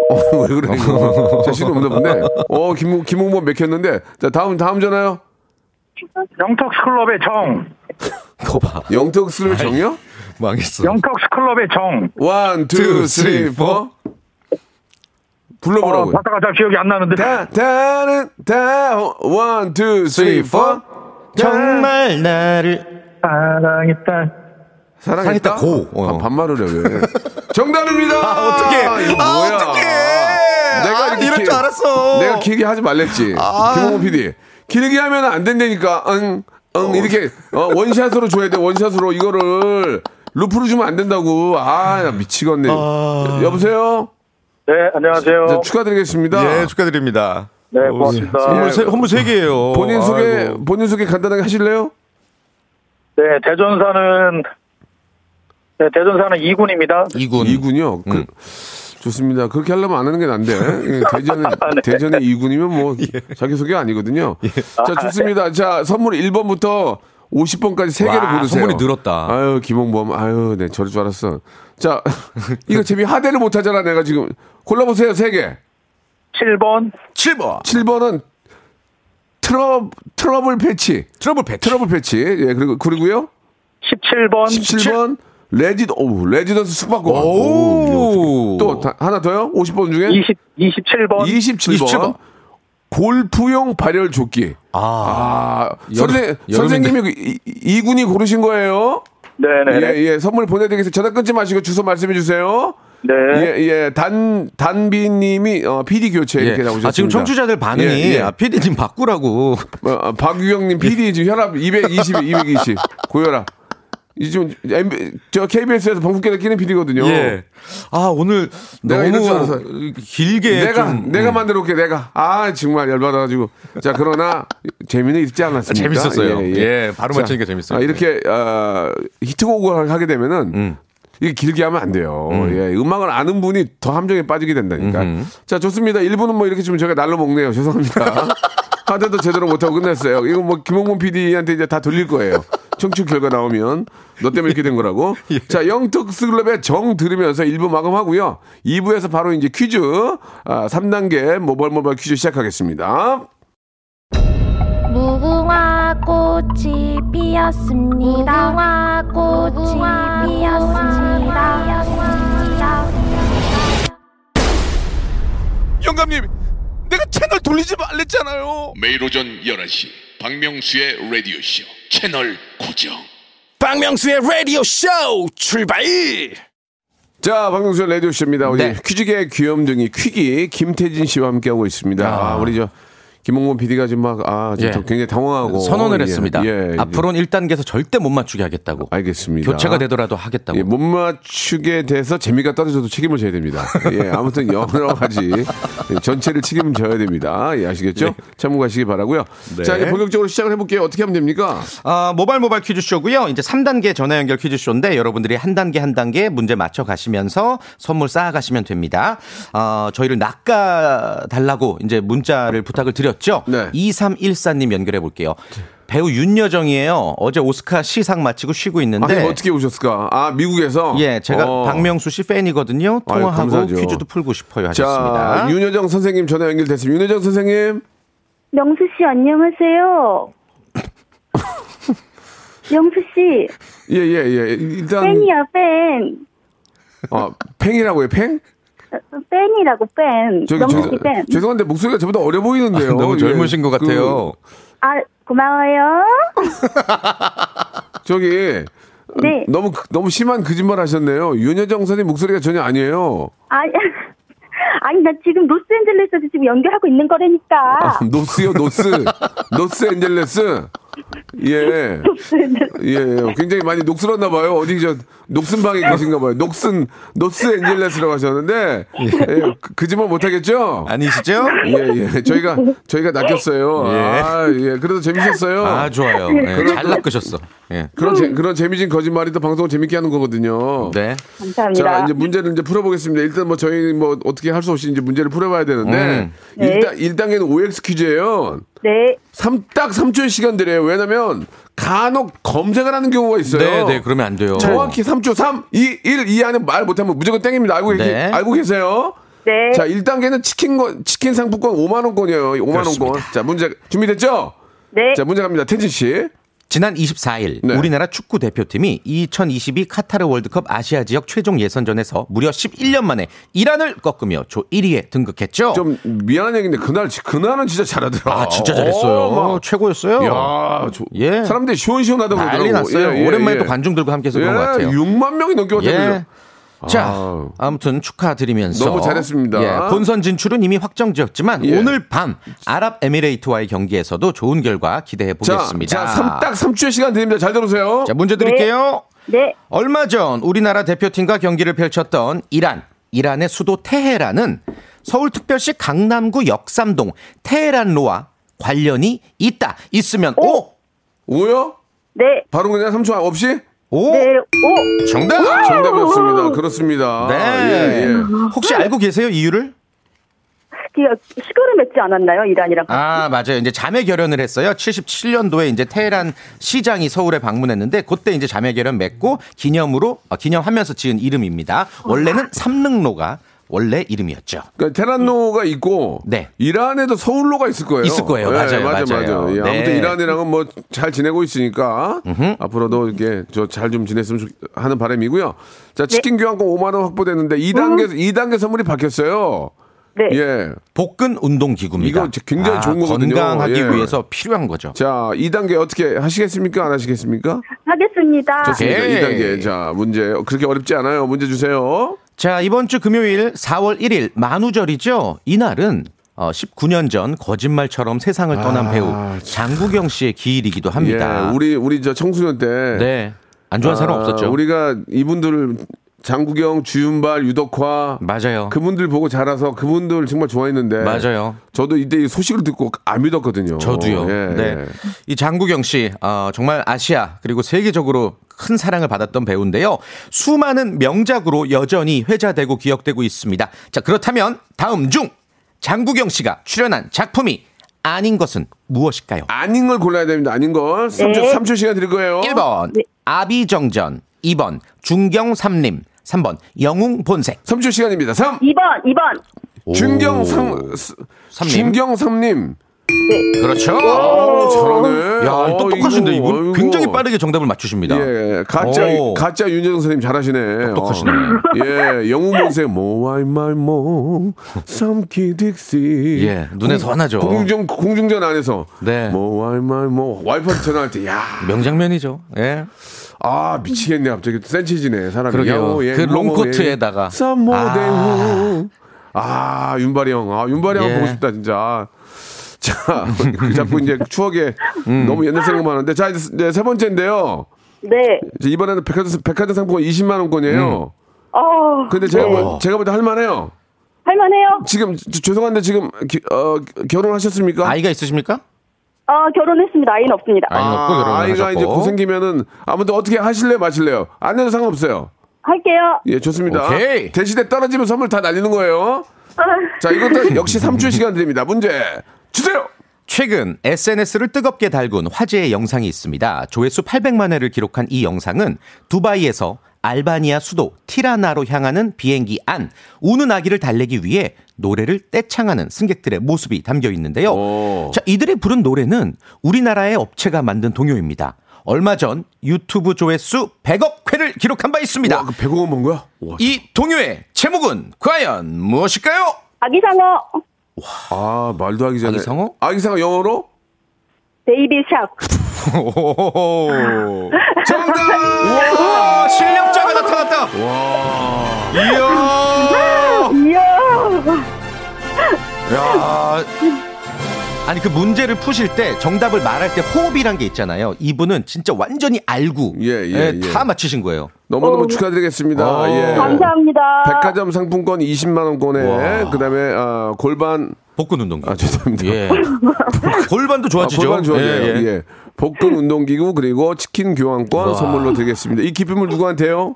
Speaker 2: 어, 왜 그래 이거? 자신 없나 본데. 어, 김 김홍범 맥혔는데. 자, 다음 다음 전화요.
Speaker 6: 영턱스클럽의 정.
Speaker 5: 이거 봐.
Speaker 2: 영턱 슬립 정요?
Speaker 5: 망했어.
Speaker 6: 영턱스클럽의 정.
Speaker 2: 원, 투, 쓰리, 포.
Speaker 6: 어,
Speaker 5: 어,
Speaker 2: 불러보라고요.
Speaker 6: 바다가 잘 기억이 안 나는데.
Speaker 2: 다, 다는, 다, 어, 원, 투, 쓰리, 포.
Speaker 5: 정말 나를.
Speaker 6: 사랑했다.
Speaker 2: 사랑했다?
Speaker 5: 사랑했다, 고. 어.
Speaker 2: 아, 반말을 해, 왜. 정답입니다!
Speaker 5: 아, 어떡해.
Speaker 2: 이거
Speaker 5: 아,
Speaker 2: 뭐야.
Speaker 5: 어떡해.
Speaker 2: 내가
Speaker 5: 아,
Speaker 2: 이렇게
Speaker 5: 이럴
Speaker 2: 길-
Speaker 5: 줄 알았어.
Speaker 2: 내가 길게 하지 말랬지. 김홍호 PD. 길게 하면 안 된다니까. 응, 응, 이렇게 어, 원샷으로 줘야 돼, 원샷으로. 이거를 루프로 주면 안 된다고. 아, 나 미치겠네. 여보세요?
Speaker 6: 네, 안녕하세요.
Speaker 2: 자, 축하드리겠습니다. 어,
Speaker 5: 예, 축하드립니다.
Speaker 6: 네, 고맙습니다.
Speaker 5: 선물 세, 선물 세개예요
Speaker 2: 본인 소개, 본인 소개 간단하게 하실래요?
Speaker 6: 네, 대전사는 네, 대전사는 2군입니다.
Speaker 5: 이군. 음.
Speaker 2: 이군요. 그, 좋습니다. 그렇게 하려면 안 하는 게 난데. 예, 대전에,
Speaker 5: 아, 네.
Speaker 2: 대전에 2군이면 뭐,
Speaker 5: 예.
Speaker 2: 자기소개 아니거든요. 자, 좋습니다. 자, 선물 1번부터 50번까지 세개를
Speaker 5: 와,
Speaker 2: 고르세요.
Speaker 5: 선물이 늘었다.
Speaker 2: 아유, 김홍범. 아유, 네, 저럴 줄 알았어. 자, 이거 재미 하대를 못 하잖아, 내가 지금. 골라보세요, 세개
Speaker 6: 7번.
Speaker 5: 7번.
Speaker 2: 7번은 트러, 트러블 패치.
Speaker 5: 트러블 배
Speaker 2: 트러블 패치. 예, 그리고, 그리고요.
Speaker 6: 17번.
Speaker 2: 17번. 레지, 오, 레지던스 숙박권.
Speaker 5: 오.
Speaker 2: 또, 다- 하나 더요? 50번 중에?
Speaker 6: 20, 27번.
Speaker 2: 27번.
Speaker 5: 27번.
Speaker 2: 골프용 발열 조끼. 아, 선생,
Speaker 5: 여름-
Speaker 2: 선생님이 이- 이, 군이 고르신 거예요?
Speaker 6: 네네.
Speaker 2: 예, 예. 선물 보내드리겠습니다. 전화 끊지 마시고 주소 말씀해 주세요.
Speaker 6: 네.
Speaker 2: 예, 예. 단, 단비님이 어, PD 교체 이렇게 나오셨습니다.
Speaker 5: 아, 지금 청취자들 반응이
Speaker 2: 예, 예.
Speaker 5: 아, PD님 바꾸라고.
Speaker 2: 어, 어, 박유경님
Speaker 5: 예.
Speaker 2: PD 지금 혈압 220, 220. 고혈압. 이 지금 MB, 저 KBS에서 방송계에 끼는 PD거든요.
Speaker 5: 예. 아, 오늘
Speaker 2: 내가 이럴 줄 알았어.
Speaker 5: 너무 길게
Speaker 2: 내가
Speaker 5: 좀 음.
Speaker 2: 내가 만들어 올게 내가 아 정말 열받아가지고 자 그러나 재미는 있지 않았습니까?
Speaker 5: 아, 재밌었어요. 예, 바로 맞추니까 재밌어요. 예.
Speaker 2: 아, 이렇게 아, 히트곡을 하게 되면은
Speaker 5: 음.
Speaker 2: 이게 길게 하면 안 돼요. 예, 음악을 아는 분이 더 함정에 빠지게 된다니까. 자 좋습니다. 1부는 뭐 이렇게 지금 저희가 날로 먹네요. 죄송합니다. 하대도 제대로 못하고 끝냈어요. 이거 뭐 김홍문 PD한테 이제 다 돌릴 거예요. 청취 결과 나오면 너 때문에 이렇게 된 거라고.
Speaker 5: 예.
Speaker 2: 자, 영특스클럽의 정 들으면서 1부 마감하고요. 2부에서 바로 이제 퀴즈 아, 3단계 모발모발 퀴즈 시작하겠습니다.
Speaker 7: 무궁화 꽃이 피었습니다. 무궁화 꽃이 피었습니다.
Speaker 1: 영감님, 내가 채널 돌리지 말랬잖아요.
Speaker 8: 매일 오전 11시 박명수의 라디오쇼 채널 고정
Speaker 3: 박명수의 라디오 쇼 출발!
Speaker 2: 자, 박명수 라디오 쇼입니다. 우리
Speaker 5: 네.
Speaker 2: 퀴즈계 귀염둥이 퀴기 김태진 씨와 함께하고 있습니다. 아, 우리 저 김홍곤 PD가 지금 막 아, 지금
Speaker 5: 예.
Speaker 2: 더 굉장히 당황하고
Speaker 5: 선언을
Speaker 2: 예,
Speaker 5: 했습니다.
Speaker 2: 예,
Speaker 5: 앞으로는 1단계에서 절대 못 맞추게 하겠다고.
Speaker 2: 알겠습니다.
Speaker 5: 교체가 되더라도 하겠다고.
Speaker 2: 예, 못 맞추게 돼서 재미가 떨어져도 책임을 져야 됩니다. 예, 아무튼 여러 가지 전체를 책임을 져야 됩니다. 예, 아시겠죠?
Speaker 5: 네.
Speaker 2: 참고하시기 바라고요. 자, 이제 본격적으로 시작을 해볼게요. 어떻게 하면 됩니까?
Speaker 5: 아, 모발 모발 퀴즈쇼고요. 이제 3단계 전화 연결 퀴즈쇼인데 여러분들이 한 단계 한 단계 문제 맞춰 가시면서 선물 쌓아 가시면 됩니다. 아, 저희를 낚아 달라고 이제 문자를 부탁을 드렸죠.
Speaker 2: 네.
Speaker 5: 2314님 연결해 볼게요. 배우 윤여정이에요. 어제 오스카 시상 마치고 쉬고
Speaker 2: 아니,
Speaker 5: 있는데
Speaker 2: 어떻게 오셨을까? 아, 미국에서?
Speaker 5: 네. 예, 제가
Speaker 2: 어.
Speaker 5: 박명수 씨 팬이거든요.
Speaker 2: 아유,
Speaker 5: 통화하고
Speaker 2: 감사하죠.
Speaker 5: 퀴즈도 풀고 싶어요 하셨습니다.
Speaker 2: 자, 윤여정 선생님 전화 연결됐습니다. 윤여정 선생님.
Speaker 7: 명수 씨 안녕하세요. 명수 씨
Speaker 2: 예, 예, 예. 일단.
Speaker 7: 팬이야 팬.
Speaker 2: 아, 팽이라고요, 팽?
Speaker 7: 팬이라고 팬.
Speaker 2: 저기,
Speaker 7: 명수
Speaker 2: 저기,
Speaker 7: 씨 팬.
Speaker 2: 죄송한데 목소리가 저보다 어려 보이는데요.
Speaker 5: 아, 너무
Speaker 2: 예,
Speaker 5: 젊으신 것
Speaker 2: 그,
Speaker 5: 같아요.
Speaker 7: 아 고마워요.
Speaker 2: 저기.
Speaker 7: 네.
Speaker 2: 너무, 그- 너무 심한 거짓말 하셨네요. 윤여정 선생님 목소리가 전혀 아니에요.
Speaker 7: 아 아니 나 지금 로스앤젤레스에서 지금 연결하고 있는 거라니까.
Speaker 2: 아, 노스요, 노스. 노스 앤젤레스. 예. 예, 예, 굉장히 많이 녹슬었나 봐요. 어디 저 녹슨 방에 계신가 봐요. 녹슨 노스 앤젤레스라고 하셨는데 예, 그- 그짓말 못 하겠죠?
Speaker 5: 아니시죠?
Speaker 2: 예, 예. 저희가 저희가 낚였어요.
Speaker 5: 예.
Speaker 2: 아, 예. 그래도 재밌었어요.
Speaker 5: 아, 좋아요. 예, 잘 낚으셨어. 예.
Speaker 2: 그런 재, 그런 재미진 거짓말이 또 방송을 재밌게 하는 거거든요.
Speaker 5: 네.
Speaker 7: 감사합니다.
Speaker 2: 자, 이제 문제를 이제 풀어보겠습니다. 일단 뭐 저희 뭐 어떻게 할 수 없이 이제 문제를 풀어봐야 되는데
Speaker 5: 음.
Speaker 7: 네.
Speaker 2: 일단 일단계는 OX 퀴즈예요.
Speaker 7: 네.
Speaker 2: 삼, 딱 3초의 시간 드려요. 왜냐면 간혹 검색을 하는 경우가 있어요.
Speaker 5: 네, 네, 그러면 안 돼요.
Speaker 2: 정확히 3초 3, 2, 1 이하는 말 못하면 무조건 땡입니다. 알고, 계시,
Speaker 5: 네.
Speaker 2: 알고 계세요?
Speaker 7: 네.
Speaker 2: 자, 1단계는 치킨, 거, 치킨 상품권 5만원권이에요. 5만원권. 자, 문제, 준비됐죠?
Speaker 7: 네.
Speaker 2: 자, 문제 갑니다. 텐진 씨.
Speaker 5: 지난 24일
Speaker 2: 네.
Speaker 5: 우리나라 축구 대표팀이 2022 카타르 월드컵 아시아 지역 최종 예선전에서 무려 11년 만에 이란을 꺾으며 조 1위에 등극했죠.
Speaker 2: 좀 미안한 얘기인데, 그날, 지- 그날은 진짜 잘하더라.
Speaker 5: 아, 진짜 잘했어요.
Speaker 2: 어, 막.
Speaker 5: 최고였어요.
Speaker 2: 야, 저-
Speaker 5: 예.
Speaker 2: 사람들이 시원시원하다고
Speaker 5: 난리
Speaker 2: 그러더라고.
Speaker 5: 났어요.
Speaker 2: 예, 예,
Speaker 5: 오랜만에
Speaker 2: 예.
Speaker 5: 또 관중들과 함께 해서 그런 것 같아요.
Speaker 2: 6만 명이 넘게 왔다고.
Speaker 5: 예.
Speaker 2: 예.
Speaker 5: 자,
Speaker 2: 아우.
Speaker 5: 아무튼 축하드리면서
Speaker 2: 너무 잘했습니다.
Speaker 5: 예, 본선 진출은 이미 확정지었지만
Speaker 2: 예.
Speaker 5: 오늘 밤 아랍에미레이트와의 경기에서도 좋은 결과 기대해
Speaker 2: 자,
Speaker 5: 보겠습니다.
Speaker 2: 자, 삼, 딱 3초의 시간 드립니다. 잘 들으세요.
Speaker 5: 자, 문제 드릴게요.
Speaker 7: 네.
Speaker 5: 얼마 전 우리나라 대표팀과 경기를 펼쳤던 이란, 이란의 수도 테헤란은 서울특별시 강남구 역삼동 테헤란로와 관련이 있다. 있으면 오,
Speaker 2: 오요?
Speaker 7: 네.
Speaker 2: 바로 그냥 3초 없이?
Speaker 5: 오,
Speaker 7: 네. 오.
Speaker 5: 정답.
Speaker 2: 정답이었습니다. 그렇습니다.
Speaker 5: 네.
Speaker 2: 예, 예.
Speaker 5: 혹시
Speaker 7: 아.
Speaker 5: 알고 계세요 이유를?
Speaker 7: 그 시골을 맺지 않았나요? 이란이랑.
Speaker 5: 아 맞아요. 이제 자매 결연을 했어요. 77년도에 이제 테헤란 시장이 서울에 방문했는데 그때 이제 자매 결연 맺고 기념으로 어, 기념하면서 지은 이름입니다. 원래는 삼릉로가 원래 이름이었죠.
Speaker 2: 그러니까 테란노가 있고
Speaker 5: 네.
Speaker 2: 이란에도 서울로가 있을 거예요.
Speaker 5: 있을 거예요. 맞아요, 맞아요.
Speaker 2: 예,
Speaker 5: 네.
Speaker 2: 아무튼 이란이랑은 뭐 잘 지내고 있으니까 앞으로도 이렇게 저 잘 좀 지냈으면 좋- 하는 바람이고요.
Speaker 7: 네.
Speaker 2: 자 치킨 교환권 5만 원 확보됐는데 2단계 이 2단계 선물이 바뀌었어요.
Speaker 7: 음. 네.
Speaker 2: 예.
Speaker 5: 복근 운동 기구입니다.
Speaker 2: 이거 굉장히
Speaker 5: 아,
Speaker 2: 좋은 거거든요.
Speaker 5: 건강하기
Speaker 2: 예.
Speaker 5: 위해서 필요한 거죠.
Speaker 2: 자, 2단계 어떻게 하시겠습니까? 안 하시겠습니까?
Speaker 7: 아. 하겠습니다.
Speaker 2: 좋습니다.
Speaker 5: 오케이.
Speaker 2: 2단계. 자, 문제. 그렇게 어렵지 않아요. 문제 주세요.
Speaker 5: 자, 이번 주 금요일 4월 1일 만우절이죠. 이날은 어, 19년 전 거짓말처럼 세상을 떠난
Speaker 2: 아,
Speaker 5: 배우 장국영 씨의 기일이기도 합니다.
Speaker 2: 예. 우리, 우리 저 청소년 때.
Speaker 5: 네. 안 좋아하는 사람
Speaker 2: 아,
Speaker 5: 없었죠.
Speaker 2: 우리가 이분들을 장국영, 주윤발, 유덕화
Speaker 5: 맞아요.
Speaker 2: 그분들 보고 자라서 그분들 정말 좋아했는데
Speaker 5: 맞아요.
Speaker 2: 저도 이때 이 소식을 듣고 안 믿었거든요.
Speaker 5: 저도요.
Speaker 2: 예,
Speaker 5: 네.
Speaker 2: 예.
Speaker 5: 이 장국영 씨, 어, 정말 아시아 그리고 세계적으로 큰 사랑을 받았던 배우인데요. 수많은 명작으로 여전히 회자되고 기억되고 있습니다. 자, 그렇다면 다음 중 장국영 씨가 출연한 작품이 아닌 것은 무엇일까요?
Speaker 2: 아닌 어? 걸 골라야 됩니다. 아닌 걸. 3초,
Speaker 7: 네.
Speaker 2: 3초 시간 드릴 거예요.
Speaker 5: 1번 아비정전, 2번 중경삼림, 3번 영웅본색.
Speaker 2: 3초 시간입니다. 3.
Speaker 7: 2번, 2번.
Speaker 2: 준경삼
Speaker 5: 삼님.
Speaker 2: 준경삼님.
Speaker 5: 그렇죠.
Speaker 2: 어, 잘하네.
Speaker 5: 야,
Speaker 2: 어,
Speaker 5: 똑똑하신데
Speaker 2: 이거,
Speaker 5: 이분
Speaker 2: 아이고.
Speaker 5: 굉장히 빠르게 정답을 맞추십니다.
Speaker 2: 예, 가짜
Speaker 5: 오.
Speaker 2: 가짜 윤여정 선생님 잘하시네.
Speaker 5: 똑똑하시네.
Speaker 2: 어. 예, 영웅 본색 모아이 마이 모 뭐, 삼키 딕시.
Speaker 5: 예, 눈에 선하죠.
Speaker 2: 공중 공중전 안에서 뭐,
Speaker 5: 네.
Speaker 2: 모아이 마이 모 와이프한테 전화할 때 야.
Speaker 5: 명장면이죠. 예.
Speaker 2: 아 미치겠네 갑자기 센치지네 사람이.
Speaker 5: 그러게요.
Speaker 2: 야호, 뭐, 예,
Speaker 5: 그 롱코트에다가. 아.
Speaker 2: 썸머데후. 예. 아. 윤발이 형, 아 윤발이 형
Speaker 5: 예.
Speaker 2: 보고 싶다 진짜. 자, 그 자꾸 이제 추억에
Speaker 5: 음.
Speaker 2: 너무 옛날 생각만 하는데 자 이제 네, 세 번째인데요.
Speaker 7: 네.
Speaker 2: 이제 이번에는 백화점 백화점 상품권 20만 원권이에요.
Speaker 5: 음.
Speaker 7: 어.
Speaker 2: 근데 제가
Speaker 7: 네.
Speaker 2: 볼- 제가 볼 때 할만해요.
Speaker 7: 할만해요.
Speaker 2: 지금 지- 죄송한데 지금 기- 어, 결혼하셨습니까?
Speaker 5: 아이가 있으십니까?
Speaker 7: 아 결혼했습니다. 아이는 없습니다.
Speaker 5: 아이는 없고 결혼을
Speaker 2: 아이가
Speaker 5: 하셨고.
Speaker 2: 이제 곧 생기면은 아무튼 어떻게 하실래요, 마실래요? 안 해도 상관없어요.
Speaker 7: 할게요.
Speaker 2: 예, 좋습니다.
Speaker 5: 오케이.
Speaker 2: 대신에 떨어지면 선물 다 날리는 거예요. 자, 이것도 역시 3주의 시간 드립니다. 문제 주세요.
Speaker 5: 최근 SNS를 뜨겁게 달군 화제의 영상이 있습니다. 조회수 800만 회를 기록한 이 영상은 두바이에서 알바니아 수도 티라나로 향하는 비행기 안 우는 아기를 달래기 위해 노래를 떼창하는 승객들의 모습이 담겨 있는데요.
Speaker 2: 오.
Speaker 5: 자, 이들이 부른 노래는 우리나라의 업체가 만든 동요입니다. 얼마 전 유튜브 조회수 100억 회를 기록한 바 있습니다.
Speaker 2: 와, 그 100억 원번 거야? 와,
Speaker 5: 이 동요의 제목은 과연 무엇일까요?
Speaker 7: 아기상어
Speaker 2: 아, 말도 하기 전에.
Speaker 5: 아기상어?
Speaker 2: 아기상어 영어로?
Speaker 7: 베이비 샥.
Speaker 5: 오호호호.
Speaker 2: 정답!
Speaker 5: 아, 실력자가 나타났다. 이야.
Speaker 7: 이야.
Speaker 5: 야. 아니 그 문제를 푸실 때 정답을 말할 때 호흡이란 게 있잖아요. 이분은 진짜 완전히 알고
Speaker 2: 예, 예,
Speaker 5: 예,
Speaker 2: 예.
Speaker 5: 다 맞히신 거예요.
Speaker 2: 너무너무
Speaker 7: 어.
Speaker 2: 축하드리겠습니다.
Speaker 5: 어.
Speaker 2: 예.
Speaker 7: 감사합니다.
Speaker 2: 백화점 상품권 20만 원권에
Speaker 5: 와.
Speaker 2: 그다음에 아, 골반
Speaker 5: 복근 운동기.
Speaker 2: 아, 죄송합니다.
Speaker 5: 예. 골반도 좋아지죠.
Speaker 2: 아, 골반 좋아져요.
Speaker 5: 예,
Speaker 2: 예,
Speaker 5: 예.
Speaker 2: 복근 운동기구 그리고 치킨 교환권
Speaker 5: 와.
Speaker 2: 선물로 드리겠습니다. 이 기쁨을 누구한테요?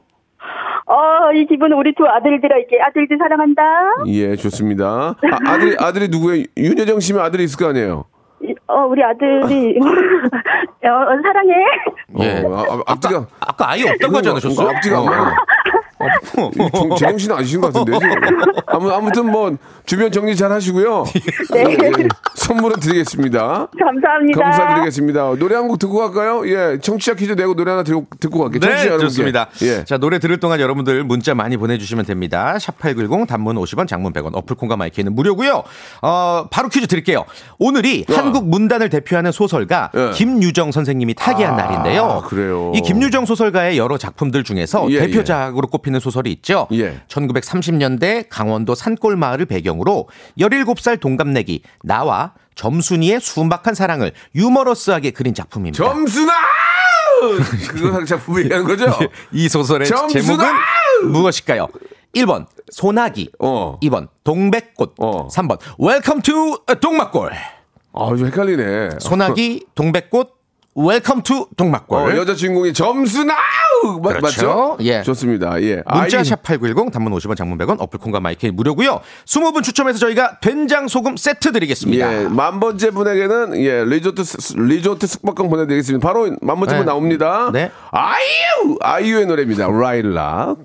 Speaker 7: 어이 기분 우리 두 아들들에게 아들들 사랑한다.
Speaker 2: 예, 좋습니다. 아, 아들이 아들이 누구예요? 윤여정 씨면 아들이 있을 거 아니에요?
Speaker 7: 이- 어 우리 아들이 어, 어, 사랑해.
Speaker 5: 예.
Speaker 2: 어, 아, 아, 앞뒤가
Speaker 5: 아까 아예 없다고 하지 않으셨어요? 어, 뭐.
Speaker 2: 앞뒤가 안 맞아. 정- 재영 씨는 아니신 것 같은데. 지금. 아무, 아무튼 뭐 주변 정리 잘 하시고요.
Speaker 7: 네.
Speaker 2: 예, 예. 선물은 드리겠습니다.
Speaker 7: 감사합니다.
Speaker 2: 감사드리겠습니다. 노래 한 곡 듣고 갈까요? 예, 청취자 퀴즈 내고 노래 하나 듣고, 듣고 갈게요. 청취자
Speaker 5: 네,
Speaker 2: 여러분께.
Speaker 5: 좋습니다.
Speaker 2: 예.
Speaker 5: 자, 노래 들을 동안 여러분들 문자 많이 보내주시면 됩니다. 샵8910 단문 50원, 장문 100원, 어플콘과 마이크는 무료고요 어, 바로 퀴즈 드릴게요. 오늘이 한국 문단을 대표하는 소설가
Speaker 2: 예.
Speaker 5: 김유정 선생님이 타계한
Speaker 2: 아,
Speaker 5: 날인데요.
Speaker 2: 그래요.
Speaker 5: 이 김유정 소설가의 여러 작품들 중에서
Speaker 2: 예,
Speaker 5: 대표작으로 꼽히는 소설이 있죠.
Speaker 2: 예.
Speaker 5: 1930년대 강원도 산골 마을을 배경으로 17살 동갑내기 나와 점순이의 순박한 사랑을 유머러스하게 그린 작품입니다.
Speaker 2: 점순아! 그거 작품 얘기하는 거죠?
Speaker 5: 이 소설의
Speaker 2: 점수다!
Speaker 5: 제목은 무엇일까요? 1번 소나기
Speaker 2: 어.
Speaker 5: 2번 동백꽃
Speaker 2: 어.
Speaker 5: 3번 웰컴 투 동막골
Speaker 2: 아, 좀 헷갈리네.
Speaker 5: 소나기 동백꽃 웰컴 투
Speaker 2: 어,
Speaker 5: 동막골
Speaker 2: 여자 주인공이 점순아! 맞,
Speaker 5: 그렇죠.
Speaker 2: 맞죠?
Speaker 5: 예.
Speaker 2: 좋습니다. 예. 아이-
Speaker 5: 문자샵 8910 단문 50원 장문 100원 어플콘과 마이크 무료고요 20분 추첨해서 저희가 된장 소금 세트 드리겠습니다
Speaker 2: 예, 만 번째 분에게는 예 리조트 스- 리조트 숙박권 보내드리겠습니다. 바로 만 번째
Speaker 5: 네.
Speaker 2: 분 나옵니다.
Speaker 5: 네.
Speaker 2: 아이유 아이유의 노래입니다. 라일락.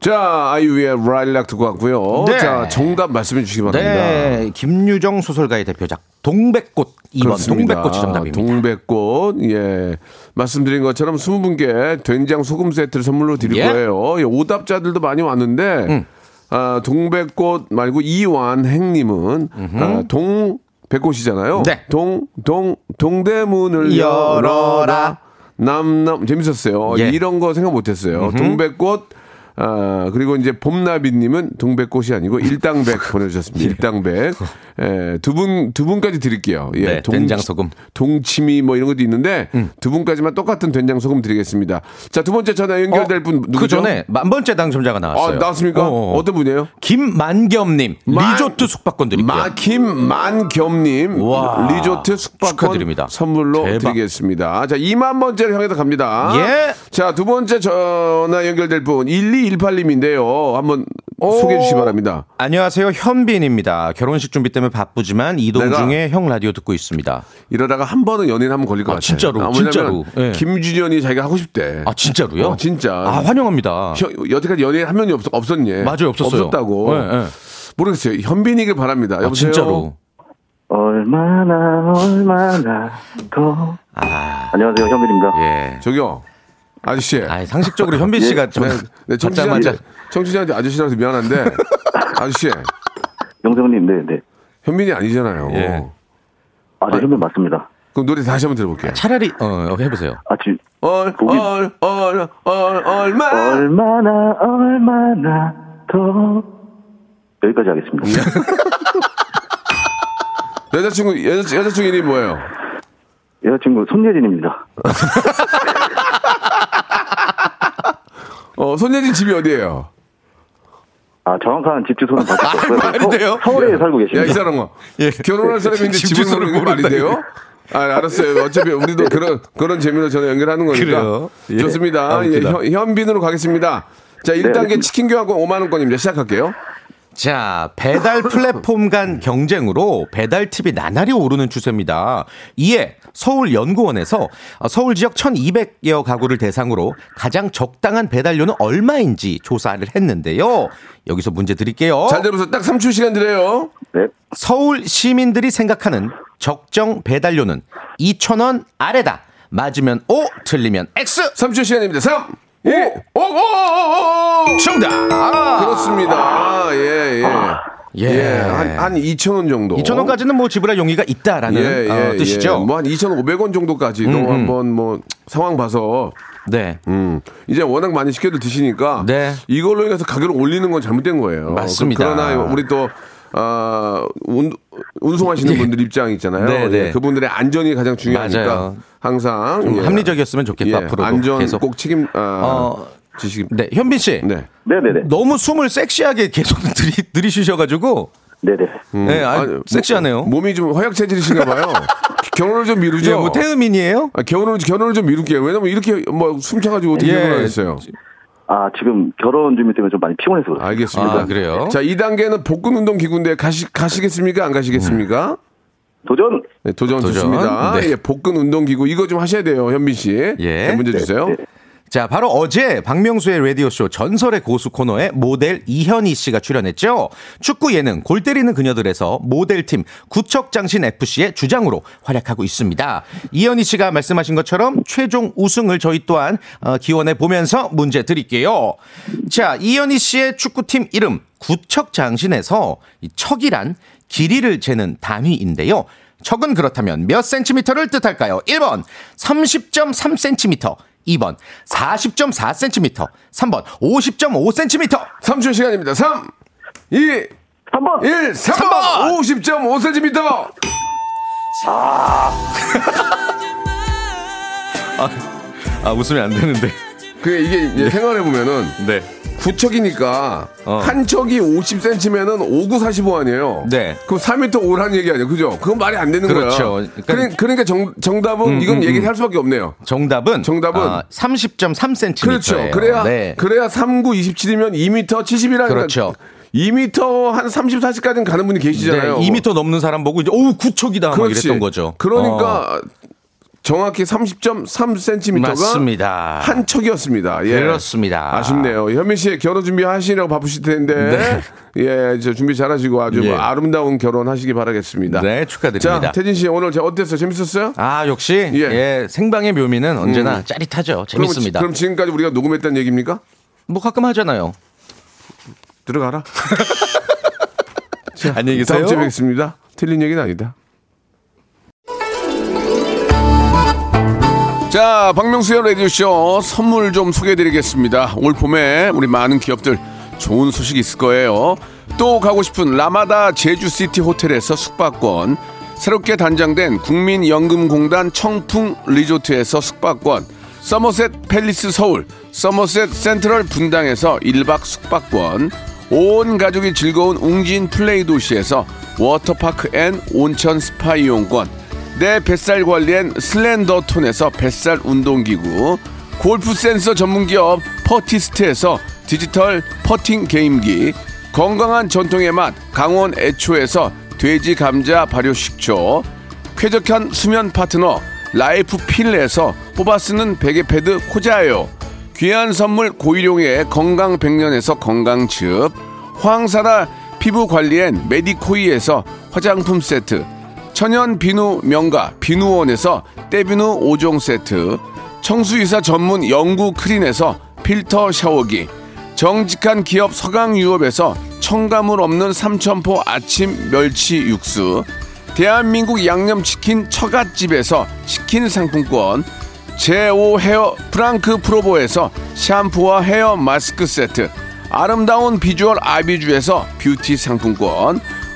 Speaker 2: 자 아이유의 라일락 듣고 왔고요.
Speaker 5: 네.
Speaker 2: 자 정답 말씀해 주시기 바랍니다.
Speaker 5: 네 김유정 소설가의 대표작 동백꽃 2번
Speaker 2: 그렇습니다.
Speaker 5: 동백꽃이 정답입니다
Speaker 2: 동백꽃, 예. 말씀드린 것처럼 20분께 된장 소금 세트를 선물로 드릴
Speaker 5: 예. 음.
Speaker 2: 거예요. 예, 오답자들도 많이 왔는데, 아, 동백꽃 말고 이완행님은, 아, 동, 백꽃이잖아요.
Speaker 5: 네.
Speaker 2: 동, 동, 동대문을 열어라.
Speaker 5: 열어라.
Speaker 2: 남남, 재밌었어요.
Speaker 5: 예.
Speaker 2: 이런 거 생각 못 했어요. 동백꽃, 아, 그리고 이제 봄나비님은 동백꽃이 아니고 일당백 보내주셨습니다. 일당백. 예, 두 분, 두 분까지 드릴게요. 예,
Speaker 5: 네, 된장, 소금. 음.
Speaker 2: 동치미 뭐 이런 것도 있는데 두 분까지만 똑같은 된장 소금 드리겠습니다. 자, 두 번째 전화 연결될 분 누구죠?
Speaker 5: 그 전에 만 번째 당첨자가
Speaker 2: 아,
Speaker 5: 나왔어요
Speaker 2: 나왔습니까?
Speaker 5: 어, 어.
Speaker 2: 어떤 분이에요?
Speaker 5: 김만겸님
Speaker 2: 만-
Speaker 5: 리조트 숙박권 드릴게요.
Speaker 2: 마킴만겸님
Speaker 5: 와.
Speaker 2: 리조트 숙박권
Speaker 5: 축하드립니다.
Speaker 2: 선물로
Speaker 5: 대박.
Speaker 2: 드리겠습니다. 자, 2만 번째를 향해서 갑니다.
Speaker 5: 예.
Speaker 2: 자, 두 번째 전화 연결될 분 1218님인데요. 한번 소개해 주시기 바랍니다.
Speaker 5: 안녕하세요 현빈입니다. 결혼식 준비 때문에 바쁘지만 이동
Speaker 2: 내가-
Speaker 5: 중에 형 라디오 듣고 있습니다.
Speaker 2: 이러다가 한 번은 연예인 한번 걸릴 것
Speaker 5: 아,
Speaker 2: 같아요.
Speaker 5: 진짜로,
Speaker 2: 왜냐면
Speaker 5: 진짜로. 예.
Speaker 2: 김준현이 자기가 하고 싶대.
Speaker 5: 아 진짜로요?
Speaker 2: 어, 진짜.
Speaker 5: 아 환영합니다.
Speaker 2: 혀- 여태까지 연예인 한 명이 없, 없었니?
Speaker 5: 맞아요 없었어요.
Speaker 2: 다고
Speaker 5: 예, 예.
Speaker 2: 모르겠어요. 현빈이길 바랍니다.
Speaker 5: 아,
Speaker 2: 여보세요?
Speaker 5: 진짜로.
Speaker 6: 얼마나 얼마나 더
Speaker 5: 아
Speaker 6: 안녕하세요 현빈입니다.
Speaker 5: 예.
Speaker 2: 저기요. 아저씨.
Speaker 5: 아 상식적으로 현빈 씨가 좀
Speaker 2: 네, 네, 청취자한테,
Speaker 5: 받자마자
Speaker 2: 청취자한테 아저씨라서 미안한데. 아저씨.
Speaker 6: 영성님 네네.
Speaker 2: 현빈이 아니잖아요.
Speaker 5: 예.
Speaker 6: 아네 현빈 맞습니다.
Speaker 5: 아,
Speaker 2: 그럼 노래 다시 한번 들어볼게요.
Speaker 5: 차라리 어 해보세요.
Speaker 6: 아 지금
Speaker 2: 얼,
Speaker 6: 보기-
Speaker 2: 얼, 얼, 얼, 얼마?
Speaker 6: 얼마나 얼마나 더 여기까지 하겠습니다.
Speaker 2: 예. 여자친구, 여자, 여자친구 이름이 뭐예요?
Speaker 6: 여자친구 손예진입니다.
Speaker 2: 어, 손예진 집이 어디예요?
Speaker 6: 아 정확한 집 주소는 받을 수 없고요.
Speaker 2: 아, 말이
Speaker 5: 어,
Speaker 2: 돼요? 예.
Speaker 6: 서, 서울에 살고
Speaker 2: 야, 이
Speaker 6: 계십니다.
Speaker 2: 사람아. 결혼할 사람인데
Speaker 5: 예. 집
Speaker 2: 집 주소를
Speaker 5: 주소를
Speaker 2: 모르는 말이 돼요? 아, 알았어요. 어차피 우리도 그런, 그런 재미로 전화 연결하는 거니까.
Speaker 5: 그래요. 예.
Speaker 2: 좋습니다.
Speaker 5: 아,
Speaker 2: 예,
Speaker 5: 웃기다.
Speaker 2: 현, 현빈으로 가겠습니다. 자, 1단계
Speaker 5: 네.
Speaker 6: 알겠습니다.
Speaker 2: 치킨 교환권 5만원권입니다. 시작할게요.
Speaker 5: 자, 배달 플랫폼 간 경쟁으로 배달 팁이 나날이 오르는 추세입니다. 이에 서울 연구원에서 서울 지역 1,200여 가구를 대상으로 가장 적당한 배달료는 얼마인지 조사를 했는데요. 여기서 문제 드릴게요.
Speaker 2: 잘 들어서 딱 3초 시간 드려요.
Speaker 6: 네.
Speaker 5: 서울 시민들이 생각하는 적정 배달료는 2,000원 아래다. 맞으면 O, 틀리면 X.
Speaker 2: 3초 시간입니다. 3, 2, 5, 5, 5, 5, 5.
Speaker 5: 정답.
Speaker 2: 아, 그렇습니다. 아, 예, 예.
Speaker 5: 예.
Speaker 2: 예, 한, 한 2,000원 정도.
Speaker 5: 2,000원까지는 뭐 지불할 용의가 있다라는 어, 뜻이죠. 음,
Speaker 2: 뭐 한 2,500원 정도까지도 한번 뭐 상황 봐서
Speaker 5: 네.
Speaker 2: 음, 이제 워낙 많이 시켜도 드시니까
Speaker 5: 네.
Speaker 2: 이걸로 인해서 가격을 올리는 건 잘못된 거예요.
Speaker 5: 맞습니다.
Speaker 2: 그, 그러나 우리 또 아, 운, 운송하시는 분들 입장 있잖아요.
Speaker 5: 예. 네, 네.
Speaker 2: 예, 그분들의 안전이 가장 중요하니까
Speaker 5: 맞아요.
Speaker 2: 항상
Speaker 5: 좀
Speaker 2: 예.
Speaker 5: 합리적이었으면 좋겠다, 앞으로도
Speaker 2: 안전
Speaker 5: 계속.
Speaker 2: 꼭 책임 아,
Speaker 5: 어,
Speaker 2: 지식
Speaker 5: 네, 현빈 씨.
Speaker 2: 네.
Speaker 6: 네네네.
Speaker 5: 너무 숨을 섹시하게 계속 들이, 들이쉬셔가지고.
Speaker 6: 네네.
Speaker 2: 음.
Speaker 5: 네, 아,
Speaker 2: 아니, 뭐,
Speaker 5: 섹시하네요.
Speaker 2: 몸- 몸이 좀 허약 체질이신가 봐요. 결혼을 좀 미루죠.
Speaker 5: 예, 뭐 태음인이에요?
Speaker 2: 아, 결혼을 결혼을 좀 미룰게요. 왜냐면 이렇게 뭐 숨차가지고 어떻게
Speaker 5: 예.
Speaker 2: 결혼하겠어요.
Speaker 6: 아 지금 결혼 준비 때문에 좀 많이 피곤해서 그래요.
Speaker 2: 알겠습니다.
Speaker 5: 아, 그래요?
Speaker 2: 자, 2단계는 복근 운동 기구인데 가시, 가시겠습니까? 안 가시겠습니까?
Speaker 6: 도전.
Speaker 2: 네, 도전,
Speaker 5: 도전.
Speaker 2: 좋습니다.
Speaker 5: 네. 예.
Speaker 2: 예, 복근 운동 기구 이거 좀 하셔야 돼요, 현민 씨. 네, 문제 주세요.
Speaker 6: 네, 네.
Speaker 5: 자, 바로 어제 박명수의 라디오쇼 전설의 고수 코너에 모델 이현희 씨가 출연했죠. 축구 예능 골 때리는 그녀들에서 모델팀 구척장신FC의 주장으로 활약하고 있습니다. 이현희 씨가 말씀하신 것처럼 최종 우승을 저희 또한 어, 기원해 보면서 문제 드릴게요. 자, 이현희 씨의 축구팀 이름 구척장신에서 이 척이란 길이를 재는 단위인데요. 척은 그렇다면 몇 센티미터를 뜻할까요? 1번 30.3cm, 2번 40.4cm, 3번 50.5cm.
Speaker 2: 3초 시간입니다. 3, 2,
Speaker 6: 3번.
Speaker 2: 1, 3번! 50.5cm!
Speaker 5: 아 웃으면 안 되는데.
Speaker 2: 그 이게 이제 생각해보면은
Speaker 5: 네.
Speaker 2: 구척이니까
Speaker 5: 예. 어.
Speaker 2: 한 척이 50cm면은 5구 45 아니에요.
Speaker 5: 네.
Speaker 2: 그럼 4m 5라는 얘기 아니에요. 그죠? 그건 말이 안 되는
Speaker 5: 그렇죠.
Speaker 2: 거야.
Speaker 5: 그러니까- 음,
Speaker 2: 그러니까, 그러니까 정, 정답은 이건 얘기를 할 수밖에 없네요.
Speaker 5: 정답은 아,
Speaker 2: 정답은?
Speaker 5: 30.3cm.
Speaker 2: 그렇죠. 그래야
Speaker 5: 네.
Speaker 2: 그래야 39 27이면 2m 70이라니까.
Speaker 5: 그렇죠.
Speaker 2: 2m 한 30, 40까지는 가는 분이 계시잖아요.
Speaker 5: 2m 네, 넘는 사람 보고 이제 오 구척이다 막
Speaker 2: 그렇지.
Speaker 5: 뭐 이랬던 거죠. 어,
Speaker 2: 그러니까 정확히 30.3cm가
Speaker 5: 맞습니다.
Speaker 2: 한 척이었습니다. 예.
Speaker 5: 그렇습니다.
Speaker 2: 아쉽네요. 현민 씨 결혼 준비하시느라고 바쁘실 텐데. 예, 저 준비 잘하시고 아주
Speaker 5: 네. 예.
Speaker 2: 아름다운 결혼 하시기 바라겠습니다.
Speaker 5: 네, 축하드립니다.
Speaker 2: 자, 태진 씨 오늘 저 어땠어요? 재밌었어요?
Speaker 5: 아 역시
Speaker 2: 예. 음.
Speaker 5: 예. 생방의 묘미는 언제나 짜릿하죠.
Speaker 2: 그럼 지-
Speaker 5: 재밌습니다.
Speaker 2: 그럼 지금까지 우리가 녹음했다는 얘기입니까?
Speaker 5: 뭐 가끔 하잖아요.
Speaker 2: 들어가라.
Speaker 5: 안녕히
Speaker 2: 다음 주에 뵙겠습니다. 틀린 얘기는 아니다. 자, 박명수의 라디오쇼 선물 좀 소개해드리겠습니다. 올 봄에 우리 많은 기업들 좋은 소식 있을 거예요. 또 가고 싶은 라마다 제주시티 호텔에서 숙박권, 새롭게 단장된 국민연금공단 청풍 리조트에서 숙박권, 서머셋 팰리스 서울, 서머셋 센트럴 분당에서 1박 숙박권, 온 가족이 즐거운 웅진 플레이 도시에서 워터파크 앤 온천 스파 이용권, 내 뱃살 관리엔 슬렌더 톤에서 뱃살 운동기구, 골프 센서 전문기업 퍼티스트에서 디지털 퍼팅 게임기, 건강한 전통의 맛 강원 애초에서 돼지 감자 발효 식초, 쾌적한 수면 파트너 라이프 필에서 뽑아 쓰는 베개 패드 코자요, 귀한 선물 고일용의 건강 백년에서 건강즙, 황사라 피부 관리엔 메디코이에서 화장품 세트, 천연 비누 명가 비누원에서 때비누 5종 세트 청수이사 전문 영구 크린에서 필터 샤워기 정직한 기업 서강유업에서 청가물 없는 삼천포 아침 멸치 육수 대한민국 양념치킨 처갓집에서 치킨 상품권 제오 헤어 프랑크 프로보에서 샴푸와 헤어 마스크 세트, 아름다운 비주얼 아비주에서 뷰티 상품권,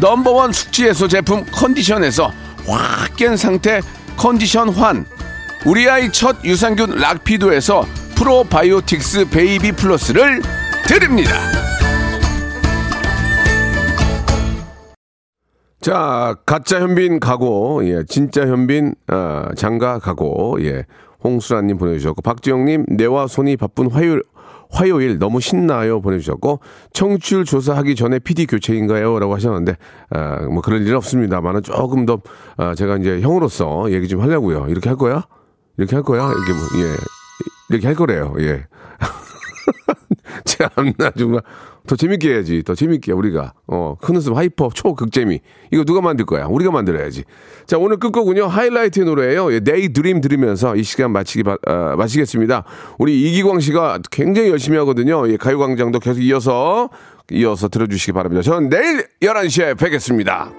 Speaker 2: 넘버원 숙취 해소 제품 컨디션에서 확 깬 상태 컨디션 환 우리 아이 첫 유산균 락피도에서 프로바이오틱스 베이비 플러스를 드립니다 자, 가짜 현빈 가고, 예, 진짜 현빈, 어, 장가 가고, 예, 홍수라님 보내주셨고, 박지영님, 내와 손이 바쁜 화요일, 화요일 너무 신나요 보내주셨고, 청취율 조사하기 전에 PD 교체인가요? 라고 하셨는데, 아, 뭐 그럴 일은 없습니다만은 조금 더, 아, 제가 이제 형으로서 얘기 좀 하려고요. 이렇게 할 거야? 이렇게 할 거야? 이렇게 뭐, 예. 이렇게 할 거래요, 예. 참나 정말 더 재밌게 해야지 더 재밌게 우리가 어 큰웃음 하이퍼 초극재미 이거 누가 만들 거야 우리가 만들어야지 자 오늘 끝곡은요 하이라이트 노래예요 예, 데이 드림 들으면서 이 시간 마치기 바, 아, 마치겠습니다 우리 이기광 씨가 굉장히 열심히 하거든요 예, 가요광장도 계속 이어서 이어서 들어주시기 바랍니다 저는 내일 11시에 뵙겠습니다